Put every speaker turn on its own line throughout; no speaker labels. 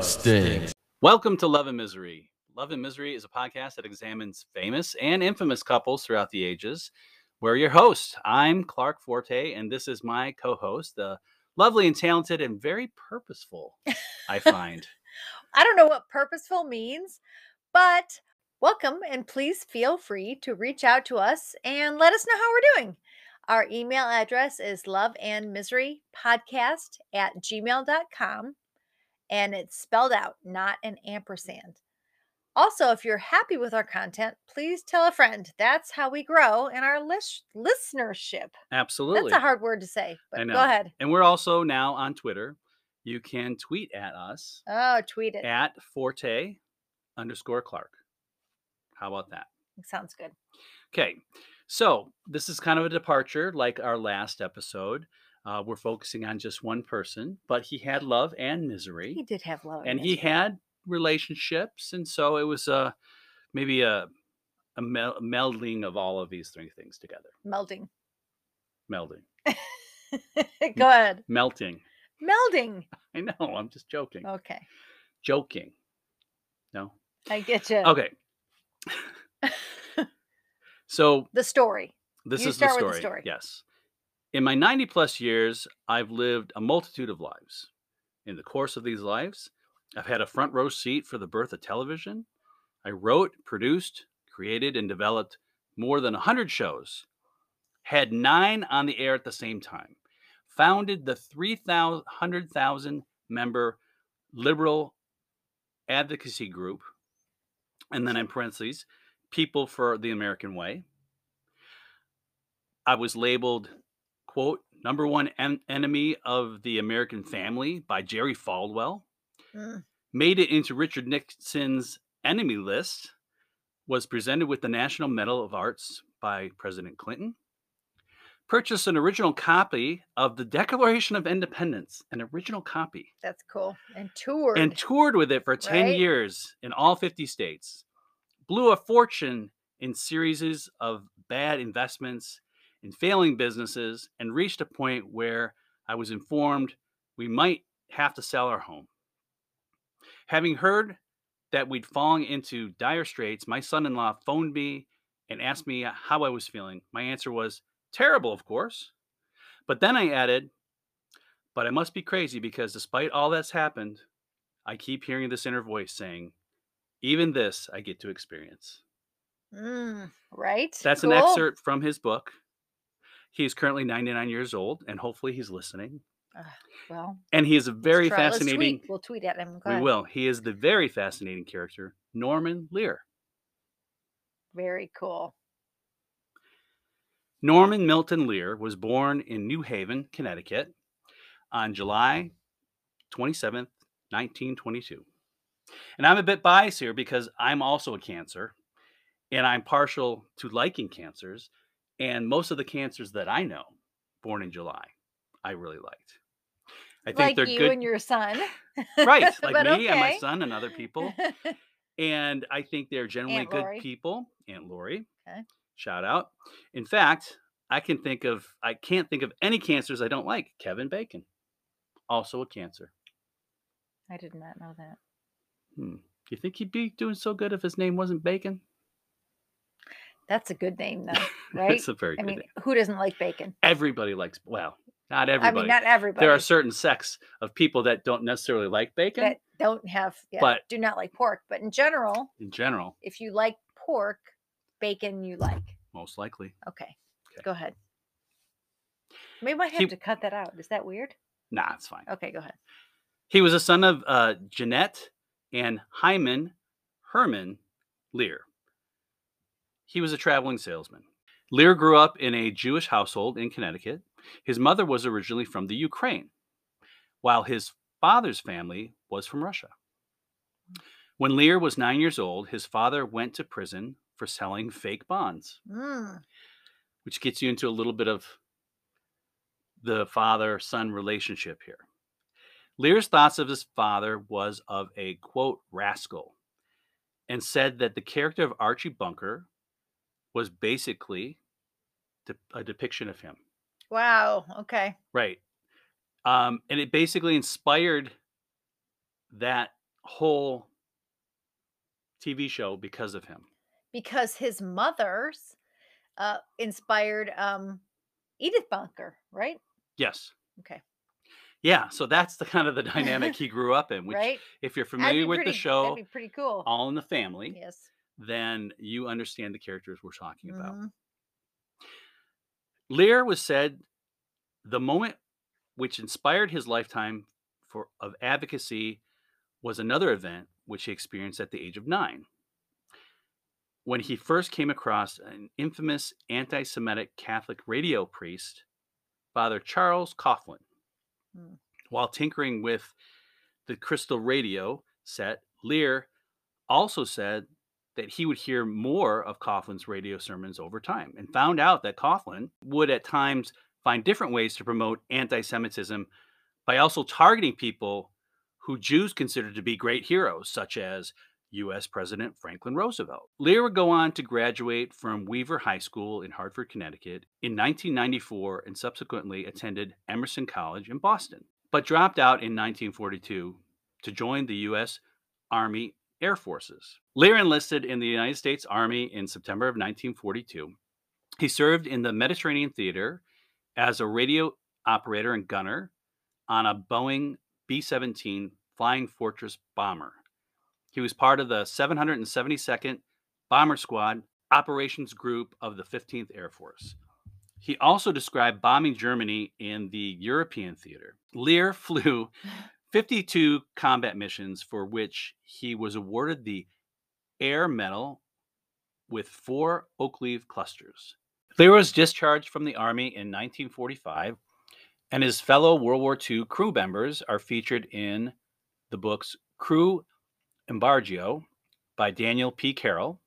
Stings.
Welcome to Love and Misery. Love and Misery is a podcast that examines famous and infamous couples throughout the ages. We're your hosts. I'm Clark Forte, and this is my co host, the lovely and talented and very purposeful, I find.
I don't know what purposeful means, but welcome and please feel free to reach out to us and let us know how we're doing. Our email address is loveandmiserypodcast at gmail.com and it's spelled out, not an ampersand. Also, if you're happy with our content, please tell a friend. That's how we grow in our lis- listenership.
Absolutely.
That's a hard word to say, but
I know.
go ahead.
and we're also now on Twitter. You can tweet at us
Oh, tweet it.
at Forte underscore Clark. How about that?
Sounds good.
Okay, so this is kind of a departure, like our last episode. Uh, we're focusing on just one person, but he had love and misery,
He did have love.
and he had relationships, and so it was a maybe a a mel- melding of all of these three things together.
melding.
Melding, Mm.
go ahead.
melting.
Melding.
I know. I'm just joking.
Okay.
Joking. No.
I get you.
Okay. so
The story.
This
You
is
start
the, story.
with the story.
Yes. In my 90 plus years, I've lived a multitude of lives. In the course of these lives, I've had a front row seat for the birth of television. I wrote, produced, created, and developed more than 100 shows, had nine on the air at the same time, founded the 300,000 member liberal advocacy group, and then in
Mm-hmm.
parentheses, People for the American Way. I was labeled, quote, number one en- enemy of the American family by Jerry Falwell,
Mm.
made it into Richard Nixon's enemy list, was presented with the National Medal of Arts by President Clinton, purchased an original copy of the Declaration of Independence, an original copy
That's cool. And toured.
and toured with it for 10
right?
years in all 50 states. Blew a fortune in series of bad investments in failing businesses and reached a point where I was informed we might have to sell our home. Having heard that we'd fallen into dire straits, my son in law phoned me and asked me how I was feeling. My answer was terrible, of course. But then I added, but I must be crazy because despite all that's happened, I keep hearing this inner voice saying, even this I get to experience.
Mm, right?
That's an
Cool.
excerpt from his book. He is currently 99 years old, and hopefully he's listening.
Well,
And he is a very
try- let's
fascinating.
Tweet. We'll tweet at him. Go
We
ahead.
will. He is the very fascinating character, Norman Lear.
Very cool.
Norman Milton Lear was born in New Haven, Connecticut on July 27th, 1922. And I'm a bit biased here because I'm also a cancer and I'm partial to liking cancers. And most of the cancers that I know born in July, I really liked. I think
like
they're
you
good.
and your son.
right. Like
but
me and my
okay.
son and other people. And I think they're generally
Aunt
good
Lori.
people. Aunt Lori.
Okay.
Shout out. In fact, I can think of I can't think of any cancers I don't like. Kevin Bacon. Also a cancer.
I did not know that.
Hmm. Do you think he'd be doing so good if his name wasn't Bacon?
That's a good name, though, right?
That's a very
I
good
mean,
name.
who doesn't like bacon?
Everybody likes well, not everybody.
I mean, not everybody.
there are certain sects of people that don't necessarily like bacon
that don't have, yeah,
but-
do not like pork. But in general,
in general,
if you like pork, bacon you like.
most likely.
Okay.
Okay.
Go ahead. Maybe I have
He-
to cut that out. Is that weird?
Nah, it's fine.
Okay, go ahead.
He was a son of uh, Jeanette and Hyman Herman Lear. He was a traveling salesman. Lear grew up in a Jewish household in Connecticut. His mother was originally from the Ukraine, while his father's family was from Russia. When Lear was nine years old, his father went to prison for selling fake bonds,
Mm,
which gets you into a little bit of the father son relationship here. Lear's thoughts of his father was of a quote rascal and said that the character of Archie Bunker was basically de- a depiction of him.
wow. Okay.
Right. Um, and it basically inspired that whole TV show because of him.
because his mother's uh, inspired um, Edith Bunker, right?
Yes.
Okay.
Yeah. So that's the kind of the dynamic he grew up in. Which,
right?
if you're
That'd
familiar
be
with
pretty-
the
that'd
show
be pretty cool.
All in the Family,
yes.
then you understand the characters we're talking about.
Mhm.
Lear was said the moment which inspired his lifetime for of advocacy was another event which he experienced at the age of nine when he first came across an infamous anti-semitic catholic radio priest father charles coughlin
Hmm.
while tinkering with the crystal radio set lear also said that he would hear more of Coughlin's radio sermons over time and found out that Coughlin would at times find different ways to promote anti Semitism by also targeting people who Jews considered to be great heroes, such as US President Franklin Roosevelt. Lear would go on to graduate from Weaver High School in Hartford, Connecticut in 1994 and subsequently attended Emerson College in Boston, but dropped out in 1942 to join the US Army Air Forces. Lear enlisted in the United States Army in September of 1942. He served in the Mediterranean Theater as a radio operator and gunner on a Boeing B 17 Flying Fortress bomber. He was part of the 772nd Bomber Squad Operations Group of the 15th Air Force. He also described bombing Germany in the European theater. Lear flew 52 combat missions for which he was awarded the Air Medal with four oak leaf clusters. Lear was discharged from the Army in 1945, and his fellow World War II crew members are featured in the books Crew Embargo by Daniel P. Carroll,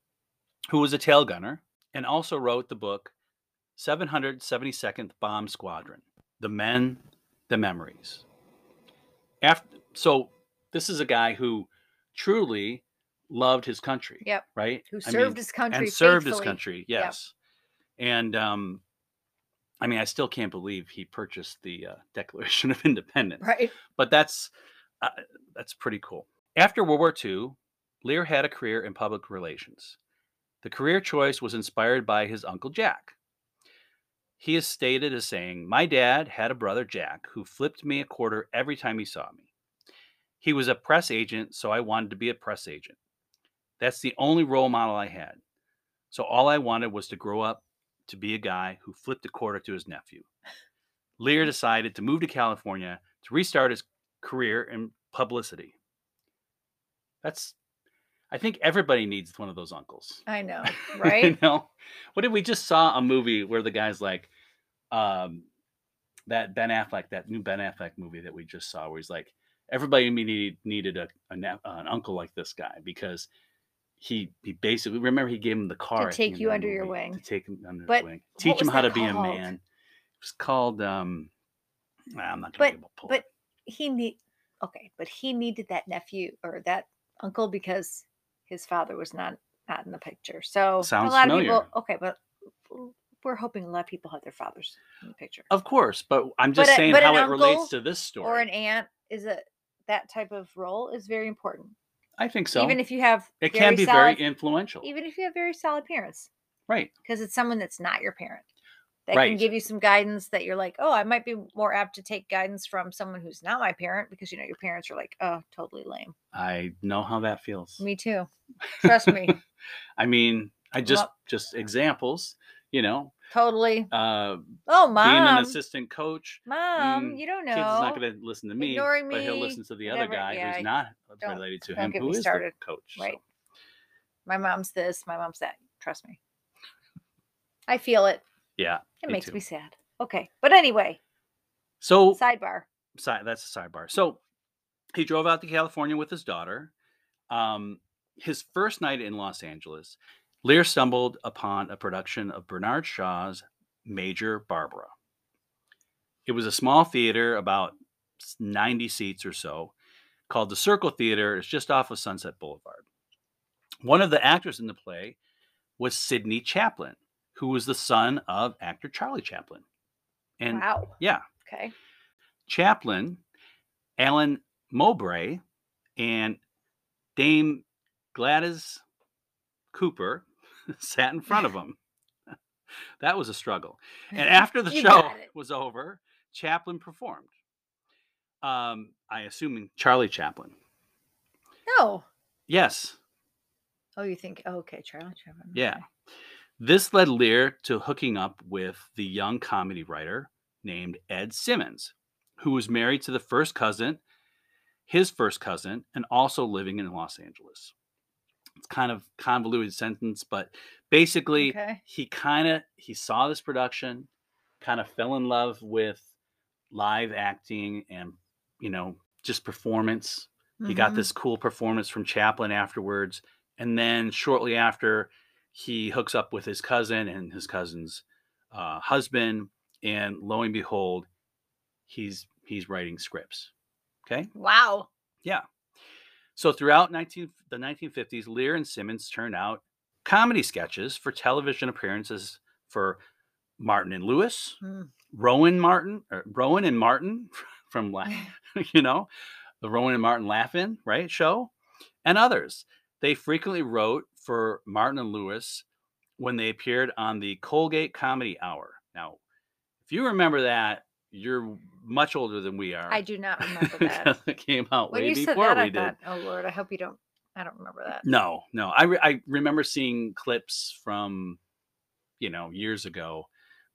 who was a tail gunner and also wrote the book 772nd Bomb Squadron The Men, the Memories after so this is a guy who truly loved his country
Yep.
right
Who
I
served
mean,
his country
and served his
faithfully.
country
Yeah.
yes and um i mean i still can't believe he purchased the uh, declaration of independence
Right.
but that's uh, that's pretty cool. After World War II, Lear had a career in public relations. The career choice was inspired by his uncle Jack. He is stated as saying, "My dad had a brother Jack who flipped me a quarter every time he saw me. He was a press agent, so I wanted to be a press agent. That's the only role model I had. So all I wanted was to grow up to be a guy who flipped a quarter to his nephew." Lear decided to move to California to restart his career in publicity. That's, I think everybody needs one of those uncles.
I know.
you
Right.
know, what did we just saw a movie where the guy's like, um, that Ben Affleck, that new Ben Affleck movie that we just saw, where he's like, everybody me- need, needed a, a na- an uncle like this guy because he he basically remember he gave him the car at the
take
end
you
of the
under your
movie, to
wing.
take him under
But
his wing,
what
teach
was
him how to
that
be a
called?
man. It was called um, nah, I'm not gonna be able to pull it.
but he need okay, but he needed that nephew or that uncle because his father was not not in the picture. So
Sounds
a lot of
familiar.
people okay, but we're hoping a lot of people have their fathers in the picture.
Of course, but I'm just
But a-
saying
but
how
an
it
uncle
relates to this story.
Or an aunt is a that type of role is very important.
I think so.
even if you have
it can be very
solid-
influential,
even if you have very solid parents
right?
because it's someone that's not your parent that can
Right.
give you some guidance that you're like oh i might be more apt to take guidance from someone who's not my parent because you know your parents are like oh totally lame
I know how that feels.
me too trust me
I mean, I just
Well-
just examples. You know,
totally
uh,
oh
being an
mom
assistant coach,
mom
mm,
you don't know
kids is not going to listen to me,
Ignoring
but he'll
me,
listen to the other
whatever,
guy
yeah,
who's not
don't-
related to
don't
him,
get
who
me
is
started,
the coach. so.
right my mom's this my mom's that trust me i feel it
Yeah.
it
me
makes
too. Oh,
me sad okay but anyway
So
sidebar
side that's a sidebar. So he drove out to California with his daughter. Um, his first night in Los Angeles, Lear stumbled upon a production of Bernard Shaw's Major Barbara. It was a small theater, about s- 90 seats or so, called the Circle Theater. It's just off of Sunset Boulevard. One of the actors in the play was Sidney Chaplin, who was the son of actor Charlie Chaplin. And
wow
yeah.
okay
Chaplin, Alan Mowbray, and Dame Gladys Cooper sat in front of him. that was a struggle. And after the
You
show
got it.
was over, Chaplin performed. Um, I assuming Charlie Chaplin.
No.
Yes,
Oh, you think? Oh, okay, Charlie Chaplin.
Yeah.
okay.
This led Lear to hooking up with the young comedy writer named Ed Simmons, who was married to the first cousin, his first cousin, and also living in Los Angeles. It's kind of convoluted sentence, but basically
Okay.
he kind of he saw this production, kind of fell in love with live acting and you know, just performance he got
Mhm.
this cool performance from Chaplin afterwards. And then shortly after, he hooks up with his cousin and his cousin's uh, husband. And lo and behold, he's he's writing scripts. Okay.
Wow.
So throughout 19, the 1950s, Lear and Simmons turned out comedy sketches for television appearances for Martin and Lewis,
Mm.
Rowan Martin, or Rowan and Martin from La- you know, the Rowan and Martin Laugh-In, right? Show and others. They frequently wrote for Martin and Lewis when they appeared on the Colgate Comedy Hour. Now, if you remember that, you're much older than we are.
I do not remember that.
'cause it came out
when
way
you said
before
that,
we
I
did.
thought, oh Lord, I hope you don't. I don't remember that.
No, no. I re- I remember seeing clips from, you know, years ago,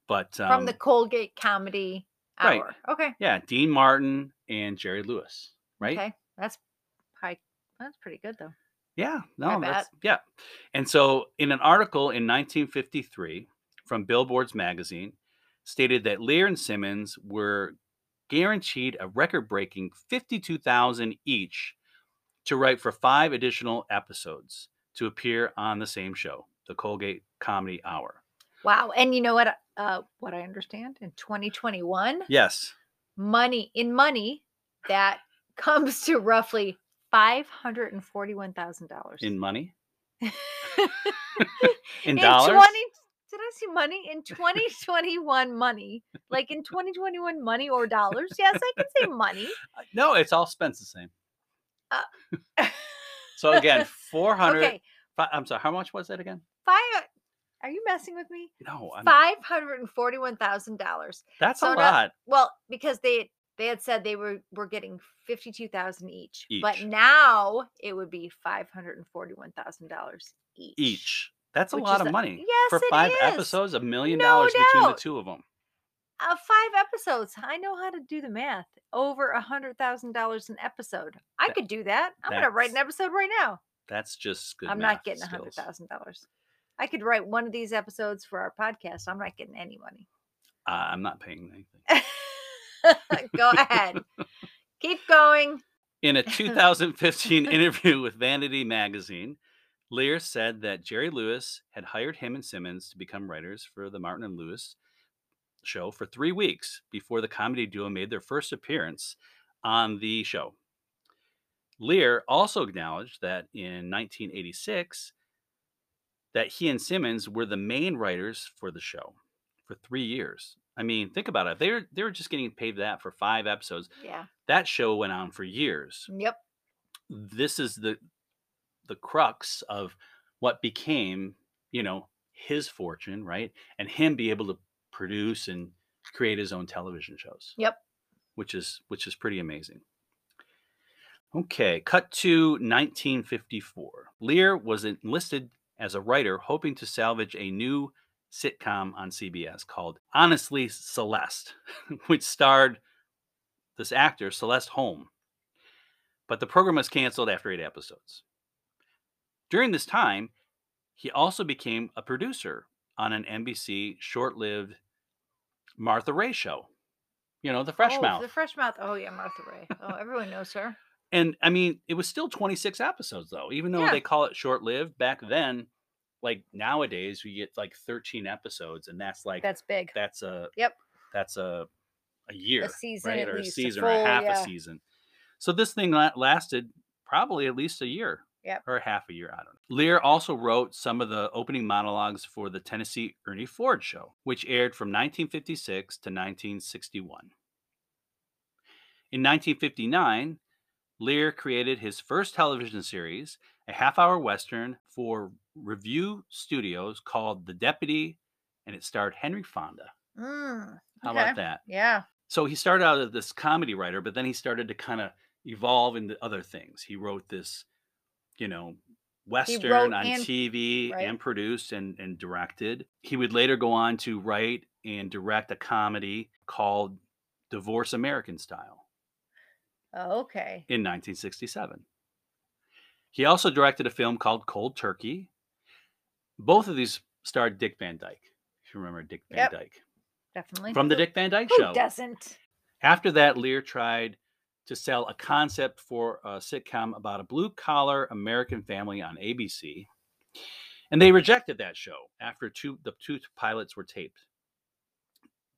but um,
From the Colgate Comedy
right.
Hour. Okay.
yeah, Dean Martin and Jerry Lewis, right?
Okay. That's probably that's pretty good though.
Yeah, no,
bet.
that's yeah. And so, in an article in 1953 from Billboard's magazine, stated that Lear and Simmons were guaranteed a record-breaking 52,000 each to write for five additional episodes to appear on the same show, the Colgate Comedy Hour.
Wow. And you know what? Uh, what I understand in 2021,
Yes,
money in money that comes to roughly five hundred and forty-one thousand dollars
in money,
in
in dollars.
20 did I see money in 2021 money? Like in 2021 money or dollars? Yes, I can say money.
Uh, No, it's all spent the same.
Uh,
so again, 400.
Okay.
fi- I'm sorry, how much was that again?
Five are you messing with me?
No, I'm,
Five hundred and forty-one thousand dollars.
that's
so
a
no-
lot.
Well, because they they had said they were were getting fifty-two thousand each, but
Each.
now it would be five hundred and forty-one thousand dollars each.
each. That's a
which
lot
is
of
a-
money.
Yes,
For
it
five
is.
episodes, a million
No
dollars between the
doubt.
two of them.
Uh, five episodes. I know how to do the math. Over a hundred thousand dollars an episode. I
That-
could do that. I'm gonna write an
that's
episode right now.
That's just good.
I'm
math
not getting a hundred
skills.
thousand dollars. I could write one of these episodes for our podcast. I'm not getting any money.
Uh, I'm not paying anything.
Go ahead. Keep going.
In a 2015 interview with Vanity Magazine, Lear said that Jerry Lewis had hired him and Simmons to become writers for the Martin and Lewis show for three weeks before the comedy duo made their first appearance on the show. Lear also acknowledged that in 1986 that he and Simmons were the main writers for the show for 3 years. I mean, think about it. They were they were just getting paid that for 5 episodes.
Yeah.
That show went on for years
Yep.
this is the the crux of what became you know his fortune right and him be able to produce and create his own television shows
Yep.
which is which is pretty amazing okay cut to 1954 lear was enlisted as a writer hoping to salvage a new sitcom on cbs called honestly celeste which starred this actor celeste holm but the program was canceled after eight episodes. During this time, he also became a producer on an NBC short lived Martha Ray show. You know, the fresh
oh,
mouth.
The fresh mouth. Oh yeah, Martha Ray. Oh, everyone knows her.
and I mean, it was still 26 episodes, though, even though
Yeah.
they call it short lived back then. Like nowadays, we get like 13 episodes, and that's like
That's big.
that's a
Yep.
that's a a year
A season
right
at
or
least.
a season or
full,
a half
yeah.
a season so this thing la- lasted probably at least a year
Yep.
or half a year i don't know lear also wrote some of the opening monologues for the tennessee ernie ford show which aired from 1956 to 1961 in 1959 Lear created his first television series, a half hour Western for Review Studios called The Deputy, and it starred Henry Fonda.
Mm,
How
okay.
about that?
Yeah.
So he started out as this comedy writer, but then he started to kind of evolve into other things. He wrote this, you know, Western on
and-
TV
right.
and produced and, and directed. He would later go on to write and direct a comedy called Divorce American Style
Oh, Okay.
in 1967. He also directed a film called Cold Turkey. Both of these starred Dick Van Dyke, if you remember Dick Van
Yep.
Dyke
Definitely.
from the
Who-
Dick Van Dyke
Who
Show.
doesn't?
After that, Lear tried to sell a concept for a sitcom about a blue collar American family on ABC. And they rejected that show after two, the two pilots were taped.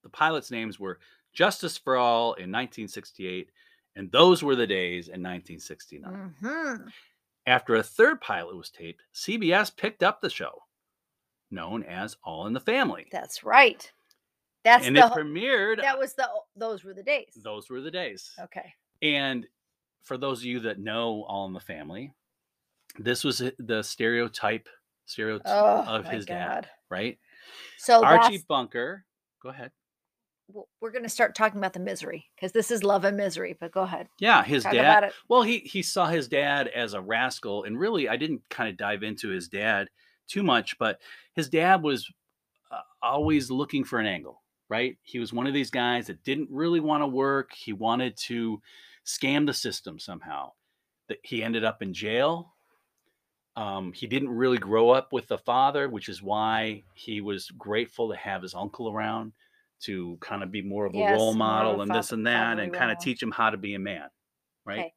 The pilots' names were Justice for All in 1968, and Those Were the Days in 1969.
Mm-hmm.
After a third pilot was taped, CBS picked up the show, known as All in the Family.
That's right. That's
and
the
it
whole-
premiered.
that was the those were the days.
Those were the days.
Okay.
And for those of you that know All in the Family, this was h- the stereotype stereotype
Oh
of
my
his dad,
God.
right?
So
Archie
that's-
Bunker. Go ahead.
w- we're going to start talking about the misery because this is love and misery. But go ahead.
Yeah, his
Talk
dad.
about it.
Well, he he saw his dad as a rascal, and really, I didn't kind of dive into his dad too much, but his dad was uh, always looking for an angle, right? He was one of these guys that didn't really want to work. He wanted to scam the system somehow. That he ended up in jail. Um, he didn't really grow up with the father, which is why he was grateful to have his uncle around to kind of be more of a
Yes, more
role
of a
model and this
father-
and that,
fatherly
and
role
kind of
model.
teach him how to be a man, right?
Okay.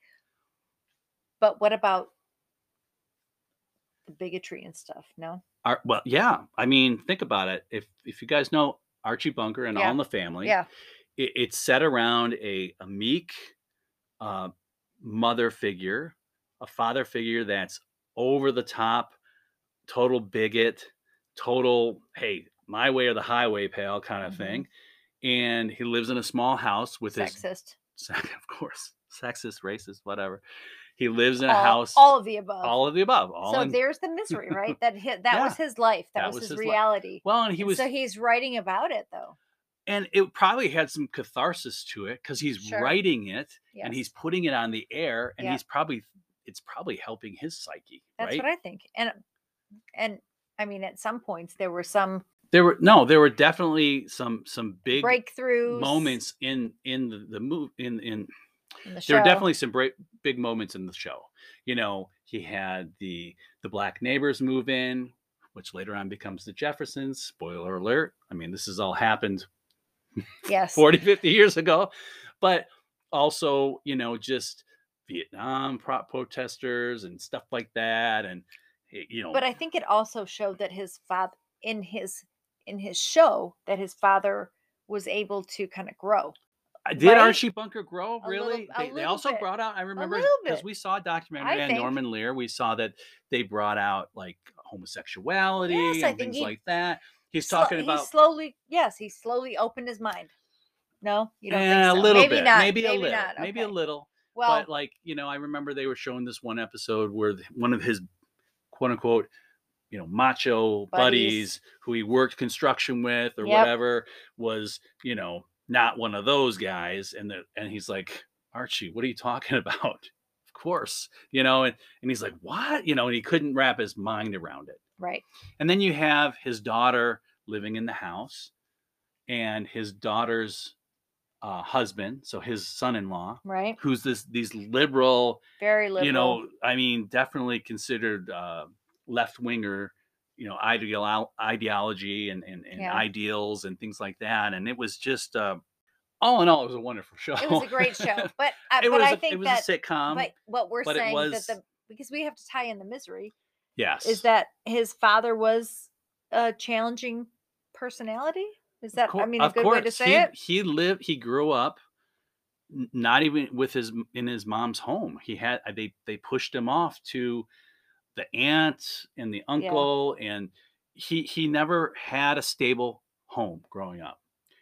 But what about the bigotry and stuff? No.
Ar- well, yeah. I mean, think about it. If if you guys know Archie Bunker and
Yeah.
All in the Family,
Yeah.
it, it's set around a, a meek uh, mother figure, a father figure that's over the top, total bigot, total hey, my way or the highway, pal, kind of
Mhm.
thing. And he lives in a small house with his
Sexist.
of course, sexist, racist, whatever. He lives in a
all,
house,
all of the above.
all of the above, all
so
in-
there's the misery, right? That hit, that was his life. That, was, his,
life.
reality.
well, and he
And
was
so he's writing about it though.
and it probably had some catharsis to it because he's
Sure.
writing it
Yes.
and he's putting it on the air and
Yeah.
he's probably it's probably helping his psyche
That's
right
what I think. And and I mean, at some points there were some
there were no there were definitely some some big
breakthroughs
moments in in the, the move in in
in the
there were
show.
definitely some break, big moments in the show you know he had the the black neighbors move in which later on becomes the jeffersons spoiler alert i mean this has all happened
yes.
40 50 years ago but also you know just vietnam pro- protesters and stuff like that and y- you know
but I think it also showed that his father in his in his show that his father was able to kind of grow.
I- did
right?
archie bunker grow
A little-
really
a
they, they
little
also
bit.
brought out i remember
little
because
bit.
we saw a documentary on
think.
norman lear we saw that they brought out like homosexuality
Yes, I
and
think
things
he-
like that he's
Slo-
talking
he
about
slowly. Yes, he slowly opened his mind. No, you don't
eh,
think so.
a little
maybe
bit
not.
maybe, a little
not.
maybe a
okay.
little
Well,
but like you know i remember they were showing this one episode where th- one of his quote unquote you know macho buddies,
Buddies.
who he worked construction with or
Yep.
whatever was you know not one of those guys and the, and he's like archie what are you talking about of course you know and, and he's like what you know and he couldn't wrap his mind around it
right.
and then you have his daughter living in the house and his daughter's uh, husband so his son-in-law
Right.
who's this these liberal,
Very liberal.
you know i mean definitely considered uh left winger you know ideal ideology and and, and
Yeah.
ideals and things like that and it was just uh all in all it was a wonderful show
it was a great show, but uh,
it
but
was
I
a-
think
it was
that
a sitcom
but what we're
but it
saying
was-
that the because we have to tie in the misery
yes
is that his father was a challenging personality. Is that
cour-
I mean a
of
good way to
course,
say
he,
it?
he lived he grew up n- not even with his m- in his mom's home he had uh, they they pushed him off to the aunt and the uncle and he he never had a stable home growing up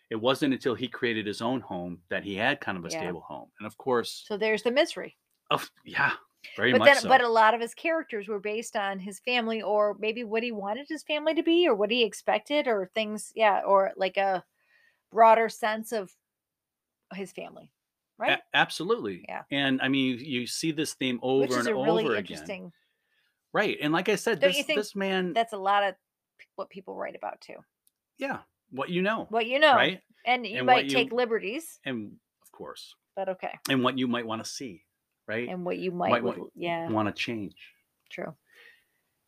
it wasn't until he created his own home that he had kind of a
Yeah.
stable home and of course
So there's the misery.
Oh, yeah, very
but
much
then
so.
but a lot of his characters were based on his family or maybe what he wanted his family to be or what he expected or things yeah or like a broader sense of his family
A-
right
absolutely.
Yeah.
And I mean, you, you see this theme over
which is
and
a
over
really
again.
interesting
Right. And like I said,
Don't you
this
think
this man,
that's a lot of p- what people write about too
yeah, what you know,
what you know
right?
and you
And what
might
you-
take liberties
And of course,
but okay
and what you might want to see, right?
and what you might,
might
would,
want-
yeah
want to change.
true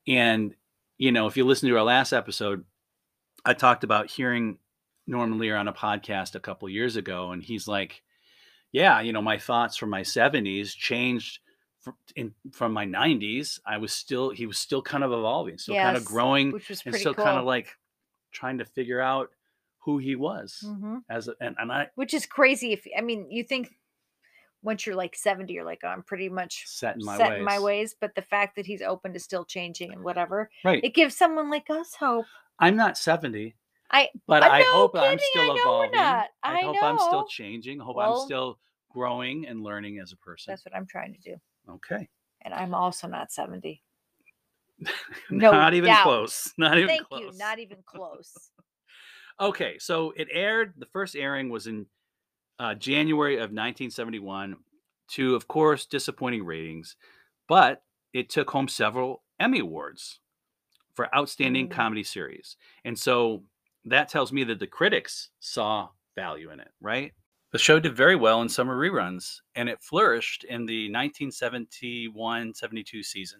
And, you know, if you listen to our last episode, I talked about hearing Norman Lear on a podcast a couple years ago, and he's like, Yeah, you know, my thoughts from my 70s changed fr- in, from my 90s. I was still, he was still kind of evolving, still kind of
Yes,
growing,
which was
Mm, and
pretty
still
cool
kind of like trying to figure out who he was
Mhm.
as a, and, and I
which is crazy if i mean you think once you're like 70 you're like oh, i'm pretty much
set in my
set
ways.
in my ways, but the fact that he's open to still changing and whatever,
Right.
it gives someone like us hope.
I'm not 70.
I-
but
I'm
I
no
hope I'm
kidding,
still
I know we're
evolving.
not. I
hope I'm still
know.
changing. Hope
Well-
I'm still growing and learning as a person.
That's what I'm trying to do.
okay.
And I'm also not 70. No
not even
doubt.
close. Not even
Thank
close.
you. Not even close.
okay, so it aired. The first airing was in uh, January of 1971, to of course disappointing ratings, but it took home several Emmy awards for outstanding
Mm.
comedy series, and so that tells me that the critics saw value in it, right? The show did very well in summer reruns, and it flourished in the 1971-72 season,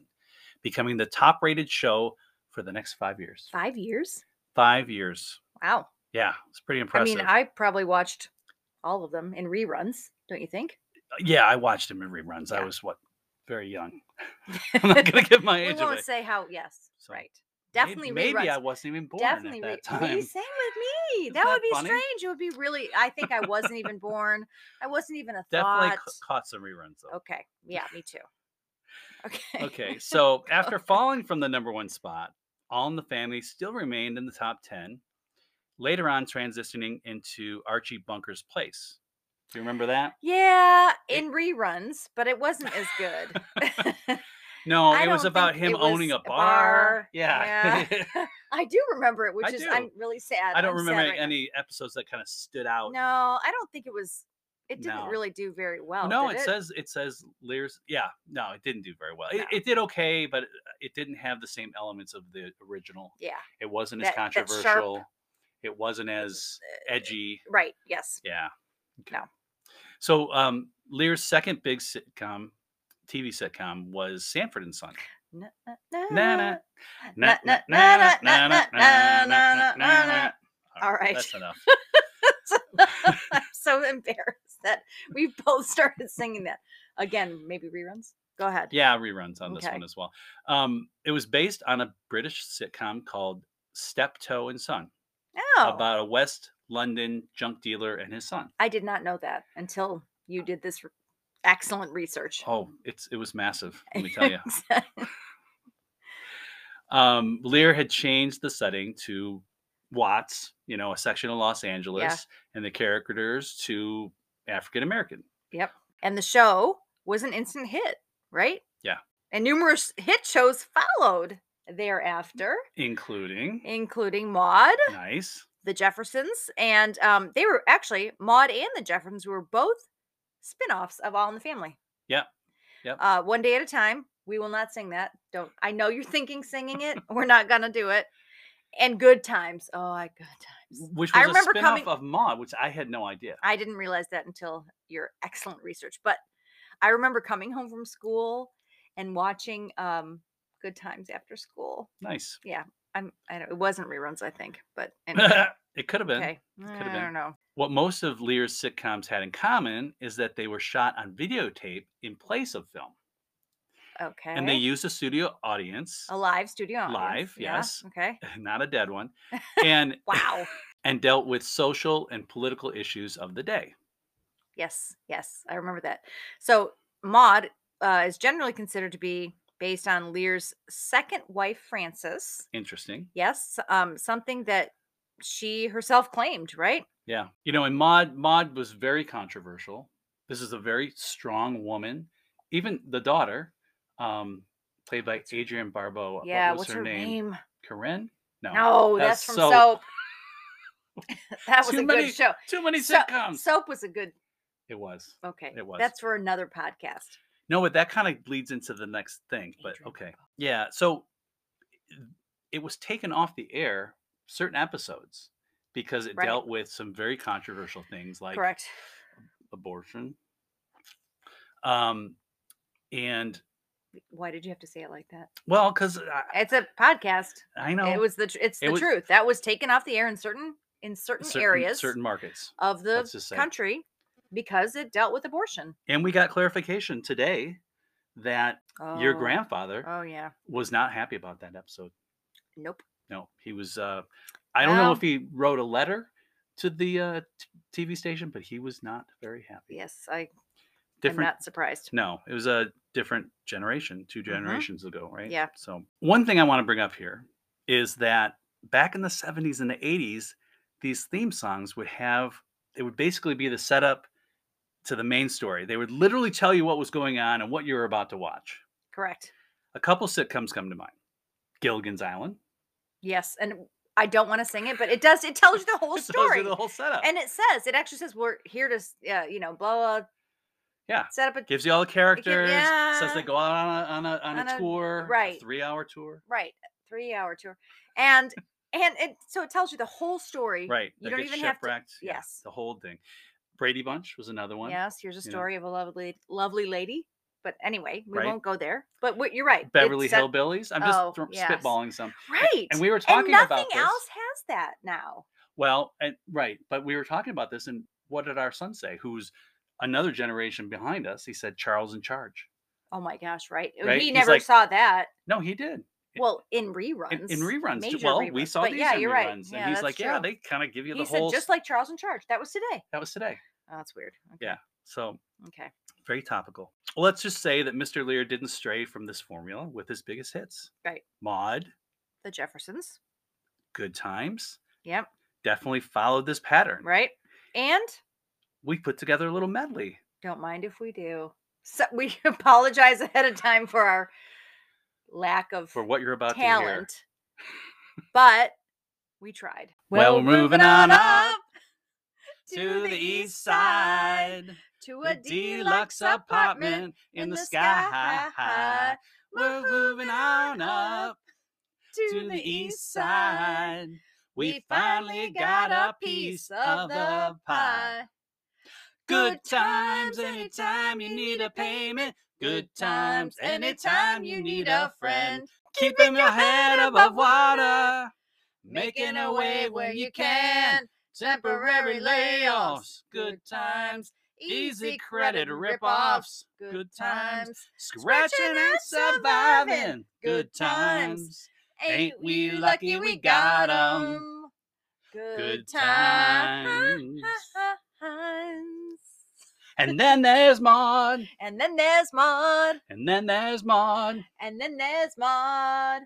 becoming the top-rated show for the next five years.
Five years?
Five years.
Wow.
Yeah, it's pretty impressive.
I mean, I probably watched all of them in reruns, don't you think?
yeah, I watched him in reruns. I
Yeah.
was what very young. I'm not gonna give my
we
age
won't
away.
say how, yes.
So,
Right.
May-
Definitely
Maybe
reruns.
I wasn't even born
Definitely
at that
re-
time.
Maybe same with me.
Isn't
that
that
would be
funny?
strange. It would be really I think I wasn't even born. I wasn't even a
Definitely
thought.
ca- caught some reruns though.
Okay. Yeah, me too. Okay.
Okay, so after falling from the number one spot, All in the Family still remained in the top ten. Later on, transitioning into Archie Bunker's Place. Do you remember that?
Yeah,
It-
in reruns, but it wasn't as good.
No,
I
it was
don't
about
think
him
it
owning
was
a
a
bar.
bar.
Yeah.
I do remember it, which
I
is
do.
I'm really sad.
I don't
I'm sad
remember
right now.
any episodes that kind of stood out.
No, I don't think it was. It didn't
No.
really do very well.
no,
Oh, did
it, says it says Lear's. Yeah, no, it didn't do very well. It,
No.
it did okay, but it- it didn't have the same elements of the original.
Yeah.
It wasn't as
That- that sharp-
controversial. It wasn't as edgy.
Right. Yes.
Yeah. Okay.
No.
So, um, Lear's second big sitcom, TV sitcom, was Sanford and Son.
Na-
Na-
na-
na-
na- na- na- na- na- na- na- na- na- na. All right.
That's enough.
I'm so embarrassed that we both started singing that again. Maybe reruns. Go ahead.
Yeah, reruns on this
Okay.
one as well. Um, it was based on a British sitcom called Steptoe and Son.
Oh,
about a West London junk dealer and his son.
I did not know that until you did this r- excellent research.
Oh, it's it was massive. Let me tell you.
Exact-
Um, Lear had changed the setting to Watts, you know, a section of Los Angeles, and the characters to African American.
and the show was an instant hit, right?
Yeah.
And numerous hit shows followed thereafter,
Including
including Maude,
nice.
The Jeffersons, and um, they were actually Maude and The Jeffersons were both spin-offs of All in the Family.
Yep. Yep.
Uh, one day at a time. We will not sing that. Don't. I know you're thinking singing it. We're not gonna do it. And good times. Oh, I good times.
Which was a
I remember
spinoff
coming-
of Maud, which I had no idea.
I didn't realize that until your excellent research. But I remember coming home from school and watching um, Good Times After School.
Nice.
I'm I don't, it wasn't reruns, I think, but anyway,
it could have been.
okay,
could've
I
been.
don't know.
What most of Lear's sitcoms had in common is that they were shot on videotape in place of film.
Okay,
And they used a studio audience.
a live studio audience,
Live,
yeah,
yes.
Okay,
not a dead one and
wow,
and dealt with social and political issues of the day
yes, yes, I remember that. So Maud uh, is generally considered to be based on Lear's second wife, Frances.
interesting
Yes, um, something that she herself claimed, right?
yeah you know and maud maud was very controversial this is a very strong woman even the daughter, um, played by Adrian Barbeau. what
yeah,
was
what's her name?
Corinne? No.
No,
that's
that's, from
Soap.
Soap. that was
Too
a
many
good show.
Too many
So-
sitcoms.
Soap was a good.
it was.
Okay,
It was.
That's for another podcast.
No, but that kind of leads into the next thing. But
Adrian
okay. Yeah. So eh, it was taken off the air certain episodes because it
Right.
dealt with some very controversial things like
Correct.
abortion. Um and
Why did you have to say it like that?
well, because I,
It's a podcast.
I know
It was the. tr- It's
It
the
was-
truth. That was taken off the air in certain in certain, areas
certain markets.
of the
let's just say.
country because it dealt with abortion.
And we got clarification today that your
Oh,
grandfather
Oh yeah.
was not happy about that episode.
Nope.
No, he was. Uh, I don't know
Well-
if he wrote a letter to the uh, t- TV station, but he was not very happy.
Yes, I am
Different.
not surprised.
No, it was a different generation, two
Mhm.
generations ago, right?
Yeah.
So one thing I want to bring up here is that back in the '70s and the '80s, these theme songs would have. It would basically be the setup to the main story. They would literally tell you what was going on and what you were about to watch.
Correct.
A couple sitcoms come to mind: Gilligan's Island.
Yes, and I don't want to sing it, but it does. It tells you the whole
It tells you
story.
The whole setup.
and it says it actually says we're here to s- uh, you know blah blah
Yeah.
set up a
gives you all the characters. Says they
yeah.
go out on a on a on,
On
a,
a-
tour,
right.
Three hour tour.
right three hour tour and and it so it tells you the whole story
Right.
you
They
don't
get
even have to
shipwrecked. yeah,
yes.
the whole thing. Brady Bunch was another one.
yes here's a
you know.
story of a lovely lovely lady but anyway we
Right.
won't go there but what, you're right it
Beverly
said-
Hillbillies. I'm just
Oh,
thro-
yes.
spitballing some.
right
And we were
And
talking
nothing
about this.
else has that now
Well, and right, but we were talking about this, and what did our son say? Who's another generation behind us? He said Charles in Charge.
oh my gosh right,
Right?
he
He's
never
like-
saw that
No, he did. it-
well in reruns
In, in reruns, too.
major
well, we
reruns,
saw
but
these
yeah
in reruns,
you're right
and
yeah,
he's
that's
like, "Yeah,
true.
they kind of give you the
he
whole."
said just
s-
like charles in charge that was today
that was today,
oh that's weird okay.
Yeah. so
okay
very topical. Well, let's just say that Mr. Lear didn't stray from this formula with his biggest hits.
Right.
Maud,
the jeffersons
Good Times,
yep
definitely followed this pattern.
right? And
We put together a little medley.
don't mind if we do. So we apologize ahead of time for our lack of
For what you're about to hear.
talent, but we tried.
Well, we're moving on up
to the east side, to a deluxe apartment in the sky.
We're moving on up to the east side. We finally got a piece of the pie. Good times anytime you need a payment. Good times anytime you need a friend. Keeping your head above water. Making a way when you can. Temporary layoffs. Good times. Easy credit ripoffs. Good times. Scratching and surviving. Good times.
Ain't we lucky we got 'em?
Good
Good times.
times. And then there's Maud.
And then there's Maud.
And then there's Maud.
And then there's Maud.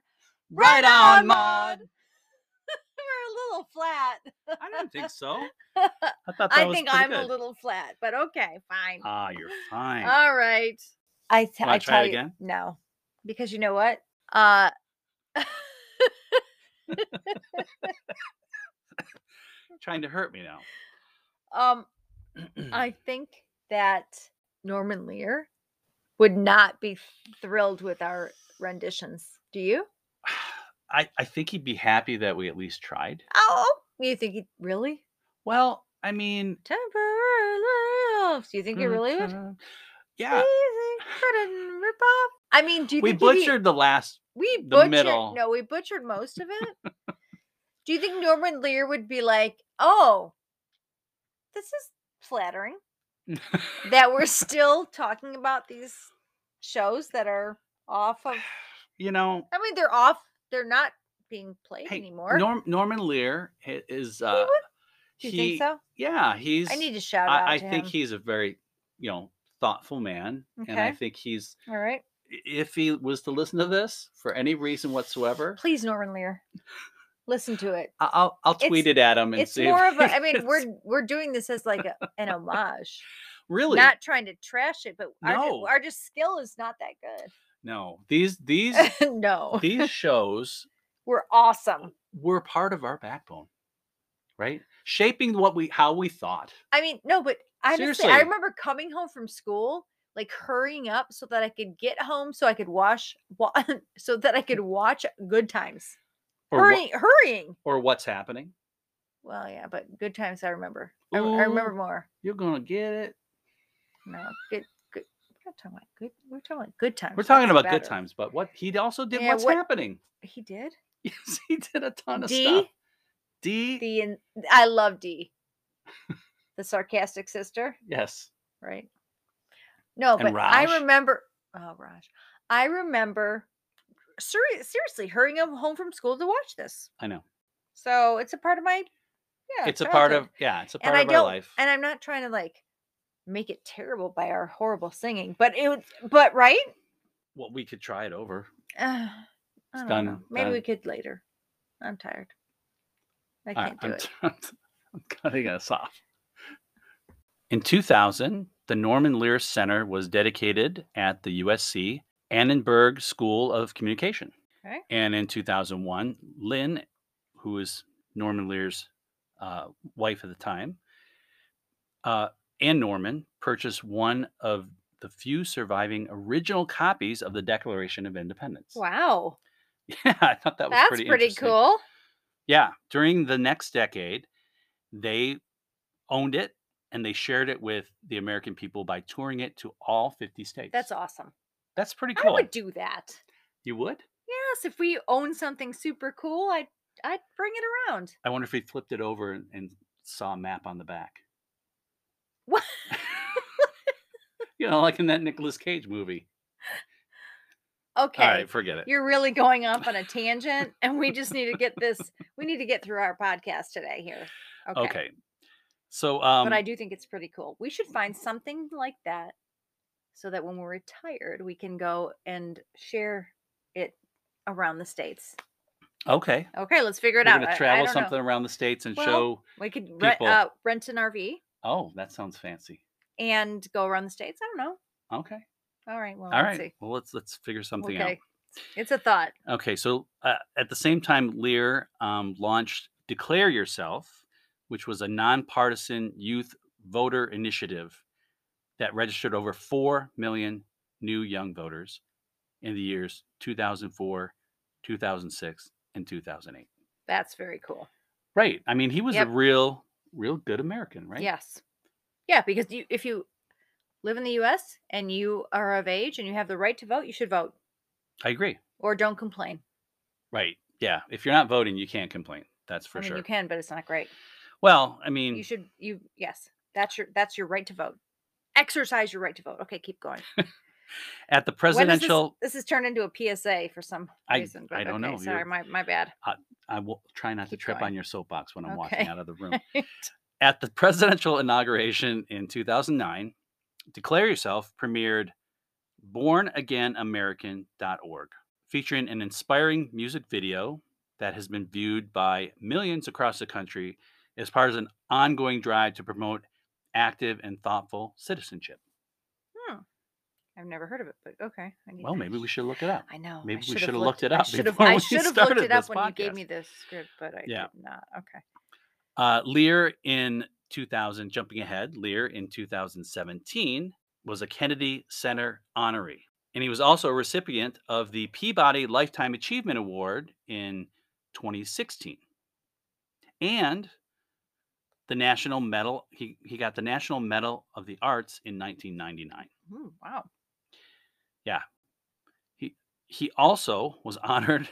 Right on, Maud.
We're a little flat.
I don't think so. I thought that
I
was
think
pretty
I'm a
good.
little Uh, flat, but okay, fine.
Ah, you're fine.
All right. I t-
Wanna try
I
it
tell you-
again?
no, because you know what? Uh,
Trying to hurt me now.
um, I think that Norman Lear would not be thrilled with our renditions. Do you?
I, I think he'd be happy that we at least tried.
Oh, you think he really
Well, I mean,
temporary layoffs? Do you think he
good
really would?
time. Yeah,
Easy credit rip off. I mean, do you
we
think he'd be-
butchered the last.
we
the
butchered
middle.
no we butchered most of it do you think norman lear would be like oh this is flattering that we're still talking about these shows that are off of
You know,
i mean they're off they're not being played
hey,
anymore
Norm, Norman Lear i- is. Uh,
would? do you
he-
think so
Yeah, he's.
i need to shout out
I, I
to
think
him.
he's a very, you know, thoughtful man, and I
Okay.
think he's.
all right
i- If he was to listen to this for any reason whatsoever,
please norman lear listen to it
I- I'll I'll
It's-
tweet it at him and
it's
see.
more
if
of a
he
i mean
gets-
we're we're doing this as like a, an homage
Really?
Not trying to trash it, but our, ju-
No.
our just skill is not that
no. These these
good. no,
these shows
we're awesome.
were part of our backbone. Right? Shaping what we how we thought.
I mean, no, but honestly, I
Seriously.
remember coming home from school, like hurrying up so that I could get home, so I could wash, wa- so that I could watch Good Times.
Or, what,
hurrying, hurrying.
or what's happening.
Well, yeah, but Good Times, I remember. I, I remember
Ooh.
more.
You're gonna get it.
No, good, good. We're not talking about good. We're talking about good times.
We're talking
that's
about good
better.
times, but what he also did
Yeah,
what's
what-
happening.
He did.
Yes, he did a ton of
D?
stuff. D,
D and I love D. the sarcastic sister,
yes.
right? No,
And
but I
Raj.
remember. Oh, Raj, I remember. Seri- seriously, hurrying up home from school to watch this.
I know.
So it's a part of my. Yeah,
it's a part
childhood.
of yeah, it's a
And
part
I
of our
don't-
life.
and I'm not trying to like make it terrible by our horrible singing, but it. was- But right.
Well, we could try it over.
Uh, I
It's
don't
done-
know. Maybe
done.
we could later. I'm tired. I
All right,
can't do
I'm
it.
t- I'm, t- I'm cutting us off. In 2000, the Norman Lear Center was dedicated at the USC Annenberg School of Communication.
Okay.
And in 2001, Lynn, who was Norman Lear's uh, wife at the time, uh, and Norman purchased one of the few surviving original copies of the Declaration of Independence.
Wow.
Yeah, I thought that was
That's
pretty
pretty,
interesting.
cool.
Yeah, during the next decade, they owned it and they shared it with the American people by touring it to all 50 states.
That's awesome.
That's pretty cool.
I would do that.
you would?
Yes, if we own something super cool, I'd I'd bring it around.
I wonder if he flipped it over and, and saw a map on the back.
What?
You know, like in that Nicolas Cage movie.
Okay.
All right, forget it.
You're really going off on a tangent and we just need to get this we need to get through our podcast today here. Okay.
okay. So um
but I do think it's pretty cool. We should find something like that so that when we're retired, we can go and share it around the states.
okay.
Okay, let's figure
We're
it out.
going
I-
to
I
travel
don't know.
something around the states and
Well,
show
We could rent,
people.
uh, rent an RV
Oh, that sounds fancy.
and go around the states. I don't know.
Okay.
All right. Well,
All
let's
right.
see.
Well, let's let's figure something out.
okay. It's a thought.
Okay, so uh, at the same time, Lear um, launched Declare Yourself, which was a nonpartisan youth voter initiative that registered over 4 million new young voters in the years 2004, 2006, and 2008.
That's very cool.
Right. I mean, he was
Yep.
a real, real good American, right?
Yes. Yeah, because you, if you live in the U.S. and you are of age and you have the right to vote, you should vote
I agree.
or don't complain.
Right. Yeah. If you're not voting, you can't complain. That's for
I mean,
sure. Mm.
you can, but it's not great.
Well, I mean,
You should. You yes. That's your. That's your right to vote. Exercise your right to vote. Okay, keep going.
at the
When does this-
presidential,
This, has turned into a PSA for some
I-
reason.
I don't
okay,
know,
Sorry,
you're-
my my bad.
I will try not to
Keep
trip
going.
on your soapbox when I'm
Okay.
walking out of the room. At the presidential inauguration in 2009, Declare Yourself premiered bornagainamerican.org, featuring an inspiring music video that has been viewed by millions across the country as part of an ongoing drive to promote active and thoughtful citizenship.
I've never heard of it, but okay. I need
Well,
to-
maybe we should look it up.
I know.
Maybe
I
we
should've
should've looked it
I
up
should've-
before
I
we
should have looked
started
it up
this
when you gave
podcast.
me this script, but I
Yeah.
did not. Okay.
Uh, Lear in 2000, jumping ahead, Lear in 2017 was a Kennedy Center honoree. And he was also a recipient of the Peabody Lifetime Achievement Award in 2016. And the National Medal, he, he got the National Medal of the Arts in 1999.
Ooh, Hmm, wow.
He also was honored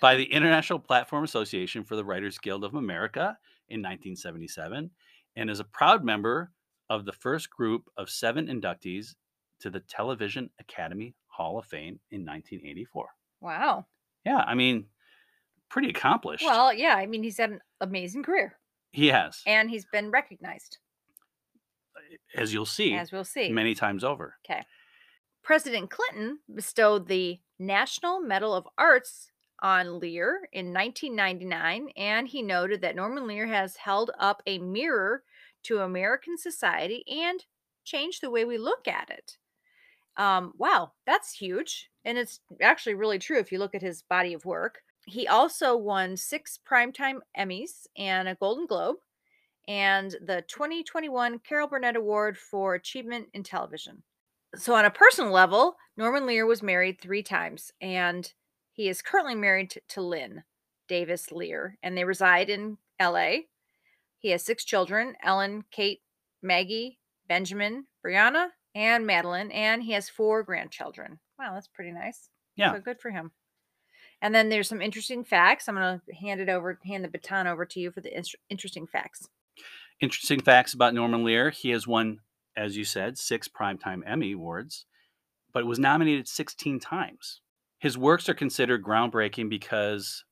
by the International Platform Association for the Writers Guild of America in 1977 and is a proud member of the first group of seven inductees to the Television Academy Hall of Fame in 1984.
wow.
Yeah, I mean, pretty accomplished.
Well, yeah. I mean, he's had an amazing career,
he has,
and he's been recognized,
as you'll see,
as we'll see.
many times over.
Okay. President Clinton bestowed the National Medal of Arts on Lear in 1999, and he noted that Norman Lear has held up a mirror to American society and change the way we look at it. Um, wow, that's huge. And it's actually really true if you look at his body of work. He also won six Primetime Emmys and a Golden Globe and the 2021 Carol Burnett Award for Achievement in Television. So, on a personal level, Norman Lear was married three times, and he is currently married t- to Lynn Davis Lear, and they reside in LA. He has six children Ellen, Kate, Maggie, Benjamin, Brianna, and Madeline, and he has four grandchildren. Wow, that's pretty nice.
Yeah.
So good for him. And then there's some interesting facts. I'm going to hand it over, hand the baton over to you for the inter- interesting facts.
Interesting facts about Norman Lear. He has won, as you said, six Primetime Emmy Awards, but was nominated 16 times. His works are considered groundbreaking because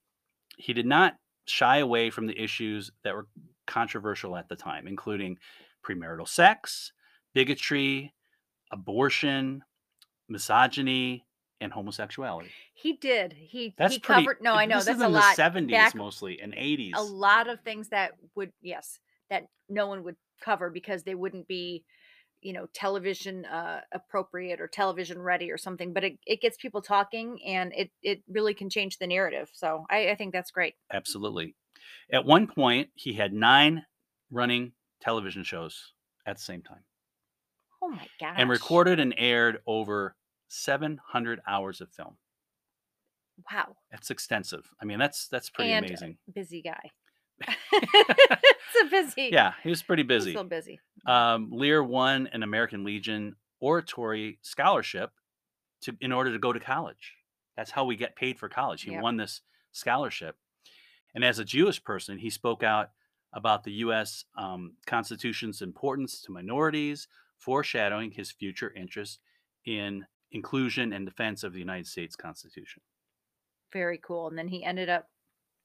he did not shy away from the issues that were controversial at the time, including premarital sex, bigotry, abortion, misogyny, and homosexuality.
He did. He
That's
he
pretty.
covered. No, I know
this
that's
is
a
in
lot.
the 70s
back-
mostly and 80s.
a lot of things that would yes that no one would cover because they wouldn't be you know television uh, appropriate or television ready or something but it, it gets people talking and it it really can change the narrative so i, I think that's great
Absolutely. At one point, he had nine running television shows at the same time
oh my gosh
and recorded and aired over 700 hours of film.
wow
That's extensive. I mean, that's that's pretty
And-
amazing.
busy guy it's a busy
Yeah, he was pretty
he's
busy.
still busy
Um, Lear won an American Legion oratory scholarship to in order to go to college. That's how we get paid for college. He
Yep.
won this scholarship, and as a Jewish person, he spoke out about the U.S. Um, Constitution's importance to minorities, foreshadowing his future interest in inclusion and defense of the United States Constitution
very cool and then he ended up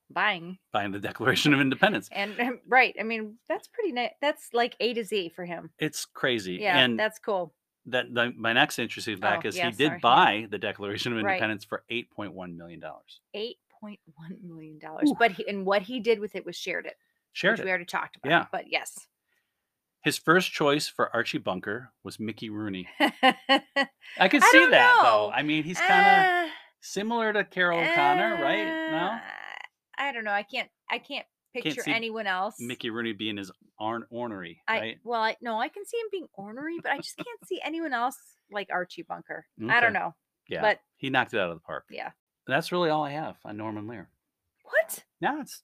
buying
by the Declaration of Independence.
and right i mean that's pretty nice that's like a to z for him
It's crazy.
yeah
and
that's cool
that the, my next interesting fact is
yeah,
he did
Oh, sorry, yeah.
buy the Declaration of
Right.
Independence for eight point one million dollars.
eight point one million dollars.
Ooh.
But he, and what he did with it was shared it,
Shared
which
it.
we already talked about.
Yeah.
But yes,
His first choice for Archie Bunker was Mickey Rooney.
he's
I could
I
see
don't
that though.
know. Uh,
I mean, he's kind of similar to Carol O'Connor, right? No,
I don't know. I can't. I can't picture
see
anyone else.
Mickey Rooney being his arn ornery,
I
right?
well, I, no, I can see him being ornery, but I just can't see anyone else like Archie Bunker. I don't
Okay.
know.
Yeah,
But
he knocked it out of the park.
yeah,
That's really all I have on Norman Lear.
what?
Now it's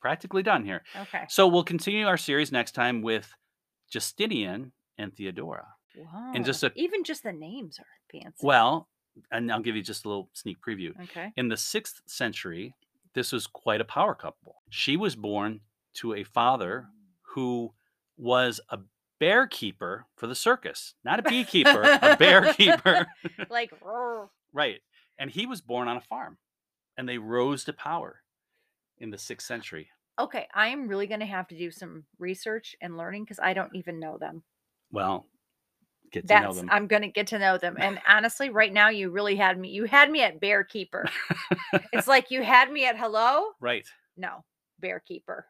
practically done here.
Okay.
So we'll continue our series next time with Justinian and Theodora.
Whoa.
just a-
even just the names are fancy.
Well, and I'll give you just a little sneak preview.
okay.
In the sixth century, this was quite a power couple. She was born to a father who was a bear keeper for the circus, not a beekeeper, a bear keeper.
Like, roar.
Right. And he was born on a farm and they rose to power in the sixth century.
okay, I am really going to have to do some research and learning because I don't even know them.
Well, get to know
That's
them.
I'm going to get to know them. And honestly, right now you really had me. You had me at bear keeper. it's like you had me at hello.
right.
No, bear keeper.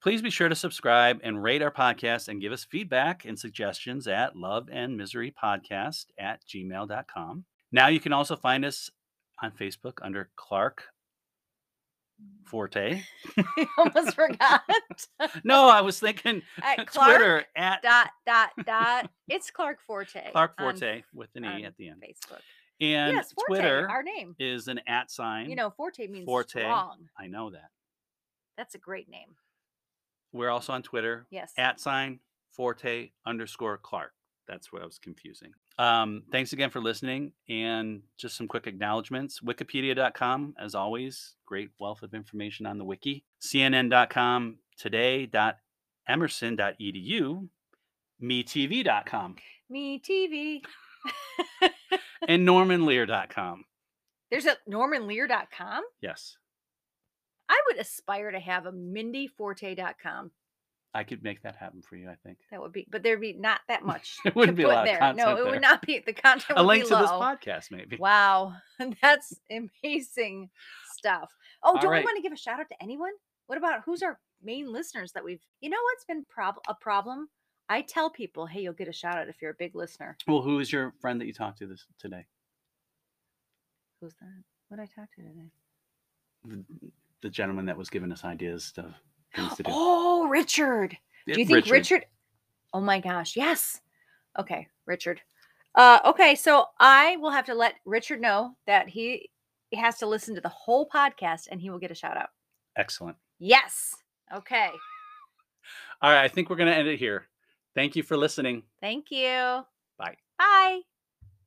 Please be sure to subscribe and rate our podcast and give us feedback and suggestions at loveandmiserypodcast at gmail.com. Now you can also find us on Facebook under Clark Forte.
I almost forgot.
No, I was thinking
At Clark
Twitter at
dot dot dot. It's Clark Forte.
Clark
on
Forte with an
on
E at the end.
Facebook.
And
um, yes, Forte,
Twitter
our name.
is an at sign.
You know, Forte means
Forte.
strong.
I know that.
That's a great name.
We're also on Twitter
Yes.
at sign forte underscore clark that's what i was confusing um, thanks again for listening and just some quick acknowledgments wikipedia.com as always great wealth of information on the wiki cnn.com E today.emerson.edu metv.com
me TV.
and normanlear.com
There's a normanlear.com.
yes
I would aspire to have a mindyforte.com.
i could make that happen for you i think
That would be, but there'd be not that much.
There wouldn't
to
be a
put
lot of
there. No,
content
it
there.
would not be. The content
a
would
link
be
to
low.
this podcast maybe
Wow, that's amazing stuff. Oh,
All
don't
right.
we want to give a shout out to anyone? What about who's our main listeners that we've? You know what's been prob- a problem? I tell people, hey, you'll get a shout out if you're a big listener.
Well, who is your friend that you talked to this today?
Who's that? What did I talk to today?
The, the gentleman that was giving us ideas of things to do.
Oh, Richard.
Yeah,
Do you think Richard. Oh my gosh, yes. Okay, Richard. Uh, okay, so I will have to let Richard know that he he has to listen to the whole podcast and he will get a shout out.
Excellent.
Yes. Okay.
All right, I think we're going to end it here. Thank you for listening.
Thank you.
Bye.
Bye.